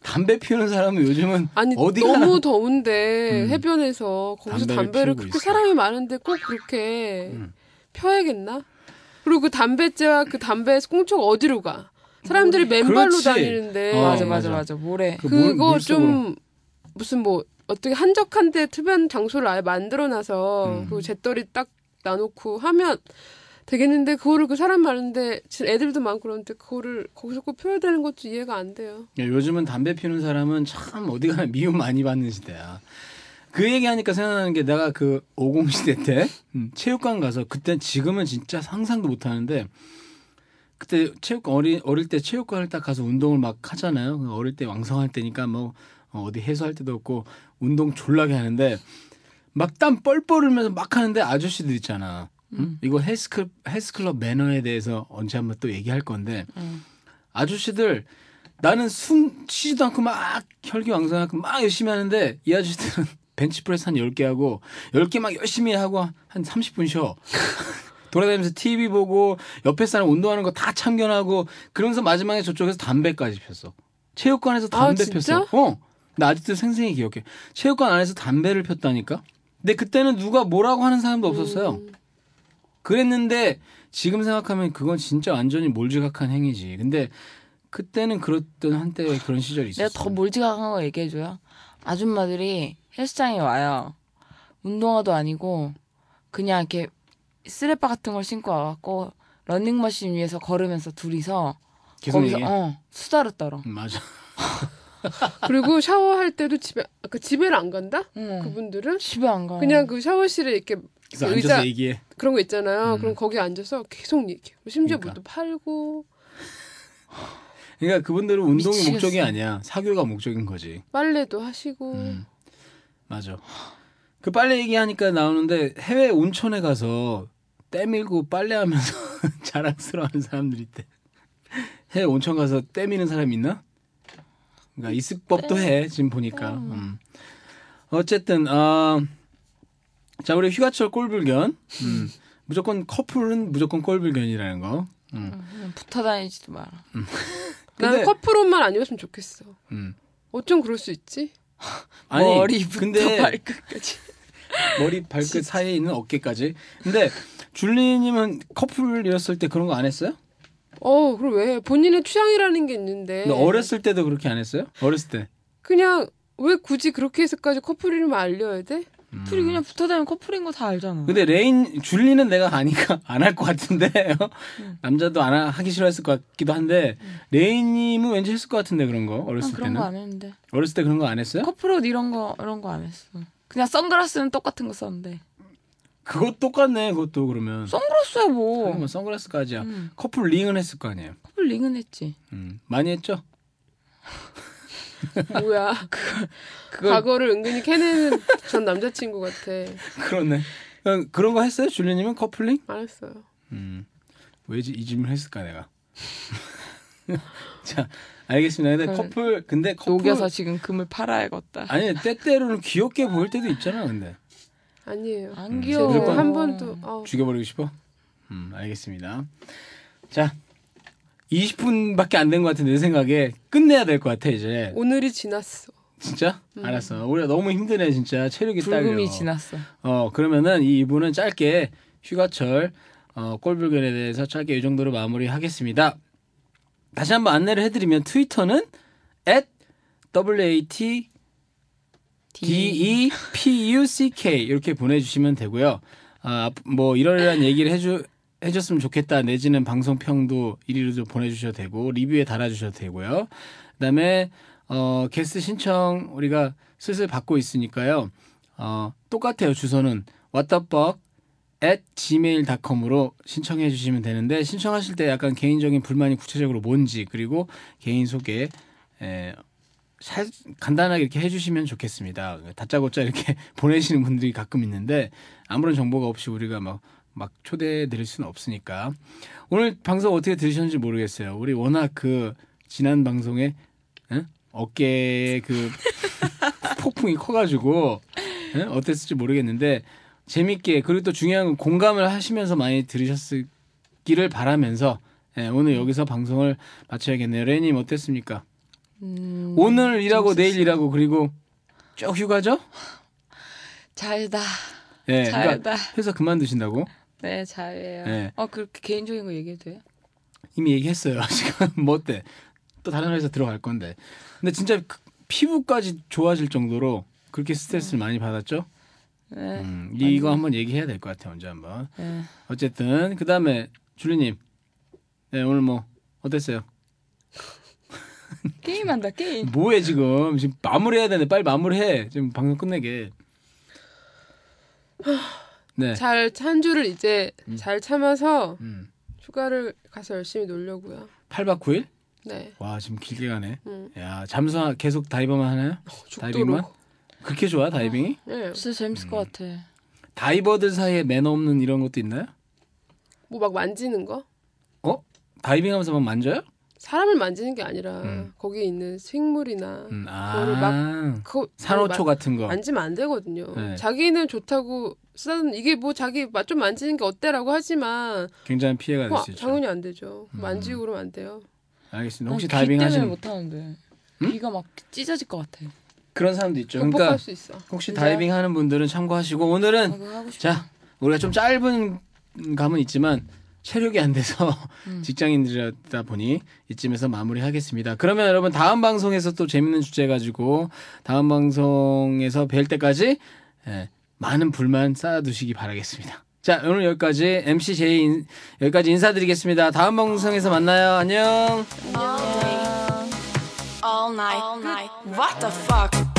Speaker 2: 담배 피우는 사람은 요즘은
Speaker 4: 아니
Speaker 2: 어디가
Speaker 4: 너무 더운데
Speaker 2: 음.
Speaker 4: 해변에서 거기서
Speaker 2: 담배를
Speaker 4: 담배를
Speaker 2: 피우고
Speaker 4: 그렇게
Speaker 2: 있어.
Speaker 4: 사람이 많은데 꼭 그렇게
Speaker 2: 음.
Speaker 4: 펴야겠나? 그리고 그 담배째와 그 담배 꽁초가 어디로 가? 사람들이 맨발로
Speaker 2: 그렇지.
Speaker 4: 다니는데
Speaker 2: 어,
Speaker 3: 맞아
Speaker 2: 맞아.
Speaker 3: 맞아 맞아 모래
Speaker 2: 그 물-
Speaker 4: 그거
Speaker 2: 물속으로.
Speaker 4: 좀 무슨 뭐 어떻게 한적한데 특별한 장소를 아예 만들어놔서
Speaker 2: 음.
Speaker 4: 그 재떨이 딱 놔놓고 하면 되겠는데 그거를 그 사람 많은데 지금 애들도 많고 그런데 그거를 거기서 꼭 펴야 되는 것도 이해가 안 돼요.
Speaker 2: 야, 요즘은 담배 피우는 사람은 참 어디 가나 미움 많이 받는 시대야. 그 얘기하니까 생각나는 게 내가 그 50시대 때 음, 체육관 가서 그땐 지금은 진짜 상상도 못 하는데 그때 체육관 어리, 어릴 때 체육관을 딱 가서 운동을 막 하잖아요. 그 어릴 때 왕성할 때니까 뭐 어, 어디 해소할 때도 없고 운동 졸라게 하는데 막 땀 뻘뻘 흘면서 막 하는데 아저씨들 있잖아. 음? 이거 헬스클, 헬스클럽 매너에 대해서 언제 한번 또 얘기할 건데
Speaker 3: 음.
Speaker 2: 아저씨들 나는 숨 쉬지도 않고 막 혈기왕성하고 막 열심히 하는데 이 아저씨들은 벤치프레스 한 10개 하고 10개 막 열심히 하고 한 30분 쉬어. 돌아다니면서 TV 보고 옆에 사람 운동하는 거 다 참견하고 그러면서 마지막에 저쪽에서 담배까지 폈어. 체육관에서
Speaker 4: 아,
Speaker 2: 담배
Speaker 4: 진짜?
Speaker 2: 폈어. 어. 나 아직도 생생히 기억해. 체육관 안에서 담배를 폈다니까. 근데 그때는 누가 뭐라고 하는 사람도 없었어요.
Speaker 4: 음.
Speaker 2: 그랬는데 지금 생각하면 그건 진짜 완전히 몰지각한 행위지. 근데 그때는 그랬던 한때 그런 시절이 있었어.
Speaker 3: 내가 더뭐 몰지각한 거 얘기해줘요. 아줌마들이 헬스장에 와요. 운동화도 아니고 그냥 이렇게 쓰레빠 같은 걸 신고 와갖고 런닝머신 위에서 걸으면서 둘이서
Speaker 2: 계속
Speaker 3: 거기서
Speaker 2: 얘기해.
Speaker 3: 어, 수다를 떨어.
Speaker 2: 음, 맞아.
Speaker 4: 그리고 샤워할 때도 집에 아까 집에를 안 간다?
Speaker 3: 응.
Speaker 4: 그분들은
Speaker 3: 집에 안 가.
Speaker 4: 그냥 그 샤워실에 이렇게
Speaker 2: 그래서
Speaker 4: 의자-
Speaker 2: 앉아서 얘기해.
Speaker 4: 그런 거 있잖아요.
Speaker 2: 음.
Speaker 4: 그럼 거기 앉아서 계속 얘기해요. 심지어
Speaker 2: 그러니까.
Speaker 4: 뭐도 팔고
Speaker 2: 그러니까 그분들은 운동이
Speaker 3: 미치겠어.
Speaker 2: 목적이 아니야. 사교가 목적인 거지.
Speaker 4: 빨래도 하시고
Speaker 2: 음. 맞아. 그 빨래 얘기하니까 나오는데 해외 온천에 가서 때밀고 빨래하면서 자랑스러워하는 사람들이 있대. 해외 온천 가서 때미는 사람 있나? 그러니까 있을 법도 해 지금 보니까. 음. 어쨌든 아, 자 우리 휴가철 꼴불견. 음. 무조건 커플은 무조건 꼴불견이라는 거. 음.
Speaker 3: 그냥 붙어 다니지도 마라.
Speaker 4: 나는
Speaker 2: 근데-
Speaker 4: 커플 옷만 안 입었으면 좋겠어.
Speaker 2: 음.
Speaker 4: 어쩜 그럴 수 있지?
Speaker 2: 아니
Speaker 3: 머리부터
Speaker 2: 근데
Speaker 3: 발끝까지.
Speaker 2: 머리 발끝 사이에 있는 어깨까지. 근데 줄리님은 커플이었을 때 그런 거 안 했어요?
Speaker 4: 어, 그럼 왜? 본인의 취향이라는 게 있는데.
Speaker 3: 네.
Speaker 2: 근데 어렸을 때도 그렇게 안 했어요? 어렸을 때.
Speaker 4: 그냥 왜 굳이 그렇게 해서까지 커플 이름 알려야 돼?
Speaker 3: 둘이 그냥 붙어 다니면 커플인 거 다 알잖아.
Speaker 2: 음. 근데 레인 줄리는 내가 아니까 안 할 것 같은데 어?
Speaker 3: 음.
Speaker 2: 남자도 안 하- 하기 싫어했을 것 같기도 한데 레인님은 왠지 했을 것 같은데 그런 거
Speaker 3: 난
Speaker 2: 어렸을
Speaker 3: 음. 아, 그런
Speaker 2: 때는
Speaker 3: 거 안 했는데.
Speaker 2: 어렸을 때 그런 거 안 했어요?
Speaker 3: 커플옷 이런 거 이런 거 안 했어. 그냥 선글라스는 똑같은 거 썼는데.
Speaker 2: 그거 똑같네 그것도 그러면
Speaker 3: 선글라스야 뭐.
Speaker 2: 그러면 선글라스까지야
Speaker 3: 음.
Speaker 2: 커플 링은 했을 거 아니에요?
Speaker 3: 커플 링은 했지.
Speaker 2: 음, 많이 했죠?
Speaker 4: 뭐야.
Speaker 3: 그걸
Speaker 4: 과거를 은근히 캐내는 전 남자친구 같아.
Speaker 2: 그러네 그냥 그런 거 했어요? 줄리님은 커플링?
Speaker 4: 안 했어요.
Speaker 2: 음. 왜지 이 질문 했을까 내가? 자, 알겠습니다. 근데
Speaker 3: 음.
Speaker 2: 커플 근데 커플
Speaker 3: 녹여서 지금 금을 팔아야겠다.
Speaker 2: 아니 때때로는 귀엽게 보일 때도 있잖아. 근데
Speaker 4: 아니에요.
Speaker 3: 안
Speaker 2: 귀여워. 음.
Speaker 4: 제가
Speaker 2: 무조건.
Speaker 4: 한 번도 어,
Speaker 2: 죽여버리고 싶어? 음, 알겠습니다. 자, 20분밖에 안 된 것 같은 내 생각에 끝내야 될 것 같아 이제.
Speaker 4: 오늘이 지났어.
Speaker 2: 진짜? 알았어. 우리가 너무 힘드네 진짜 체력이 딸려.
Speaker 3: 음. 불금이 지났어.
Speaker 2: 어 그러면은 이 이분은 짧게 휴가철 어, 꼴불견에 대해서 짧게 이 정도로 마무리하겠습니다. 다시 한번 안내를 해드리면 트위터는 at wat E DEPUCK 이렇게 보내주시면 되고요. 아, 뭐 이러이러한 얘기를 해주, 해줬으면 좋겠다. 내지는 방송평도 이리로 보내주셔도 되고 리뷰에 달아주셔도 되고요. 그다음에 어, 게스트 신청 우리가 슬슬 받고 있으니까요. 어, 똑같아요. 주소는 왓더벅 at gmail.com으로 신청해 주시면 되는데 신청하실 때 약간 개인적인 불만이 구체적으로 뭔지 그리고 개인 소개 에, 살- 간단하게 이렇게 해주시면 좋겠습니다. 다짜고짜 이렇게 보내시는 분들이 가끔 있는데 아무런 정보가 없이 우리가 막, 막 초대해 드릴 수는 없으니까 오늘 방송 어떻게 들으셨는지 모르겠어요. 우리 워낙 그 지난 방송에 응? 어깨에 그 폭풍이 커가지고 응? 어땠을지 모르겠는데 재밌게 그리고 또 중요한 건 공감을 하시면서 많이 들으셨기를 바라면서 예, 오늘 여기서 방송을 마쳐야겠네요. 레님 어땠습니까?
Speaker 3: 음,
Speaker 2: 오늘 일하고
Speaker 3: 재밌었어요.
Speaker 2: 내일 일하고 그리고 쭉 휴가죠?
Speaker 3: 잘다.
Speaker 2: 예.
Speaker 3: 잘다.
Speaker 2: 그러니까 회사 그만두신다고
Speaker 3: 네, 잘해요.
Speaker 2: 네.
Speaker 3: 어, 그렇게 개인적인 거 얘기해도 돼요?
Speaker 2: 이미 얘기했어요. 지금 뭐 어때? 또 다른 회사 들어갈 건데. 근데 진짜 그 피부까지 좋아질 정도로 그렇게 스트레스를 많이 받았죠?
Speaker 3: 네.
Speaker 2: 음, 이거 한번 얘기해야 될 것 같아요. 언제 한번.
Speaker 3: 네.
Speaker 2: 어쨌든 그다음에 줄리님. 네, 오늘 뭐 어땠어요?
Speaker 3: 게임한다, 게임.
Speaker 2: 뭐해 지금? 지금 마무리해야 되는데 빨리 마무리해. 지금 방송 끝내게. 네.
Speaker 4: 잘 한 주를 이제 잘 참아서
Speaker 2: 음.
Speaker 4: 휴가를 가서 열심히 놀려고요.
Speaker 2: 8박 9일?
Speaker 4: 네.
Speaker 2: 와, 지금 길게 가네.
Speaker 4: 음.
Speaker 2: 야 잠수 계속 다이버만 하나요? 다이빙만?
Speaker 4: 죽도록.
Speaker 2: 그렇게 좋아 다이빙이?
Speaker 4: 네.
Speaker 3: 진짜 재밌을 것 같아.
Speaker 2: 음.
Speaker 4: 어.
Speaker 2: 다이버들 사이에 매너 없는 이런 것도 있나요?
Speaker 4: 뭐 막 만지는 거?
Speaker 2: 어? 다이빙하면서 막 만져요?
Speaker 4: 사람을 만지는 게 아니라
Speaker 2: 음.
Speaker 4: 거기에 있는 생물이나
Speaker 2: 음,
Speaker 4: 그거를
Speaker 2: 아
Speaker 4: 그거 뭐
Speaker 2: 산호초 같은 거.
Speaker 4: 만지면 안 되거든요.
Speaker 2: 네.
Speaker 4: 자기는 좋다고 쓰다듬 이게 뭐 자기 맛 좀 만지는 게 어때라고 하지만
Speaker 2: 굉장한 피해가 될
Speaker 4: 그거
Speaker 2: 수 있죠.
Speaker 4: 당연히 안 되죠.
Speaker 2: 네, 음.
Speaker 4: 만지고 그러면 안 돼요.
Speaker 2: 알겠습니다. 혹시 음?
Speaker 3: 난귀 때문에
Speaker 2: 다이빙 하시는
Speaker 3: 못 하는데. 귀가 막 찢어질 것 같아.
Speaker 2: 그런 사람도 있죠.
Speaker 4: 극복할
Speaker 2: 그러니까
Speaker 4: 수 있어.
Speaker 2: 혹시
Speaker 3: 진짜요?
Speaker 2: 다이빙 하는 분들은 참고하시고 오늘은
Speaker 3: 아, 그거 하고 싶어.
Speaker 2: 자 우리가 좀 짧은 감은 있지만 체력이 안 돼서
Speaker 3: 음.
Speaker 2: 직장인들이다 보니 이쯤에서 마무리하겠습니다. 그러면 여러분 다음 방송에서 또 재밌는 주제 가지고 다음 방송에서 뵐 때까지 예, 많은 불만 쌓아두시기 바라겠습니다. 자 오늘 여기까지 MC 제이 인- 여기까지 인사드리겠습니다. 다음 방송에서 만나요. 안녕.
Speaker 3: 아.
Speaker 1: all day, all night. What the fuck?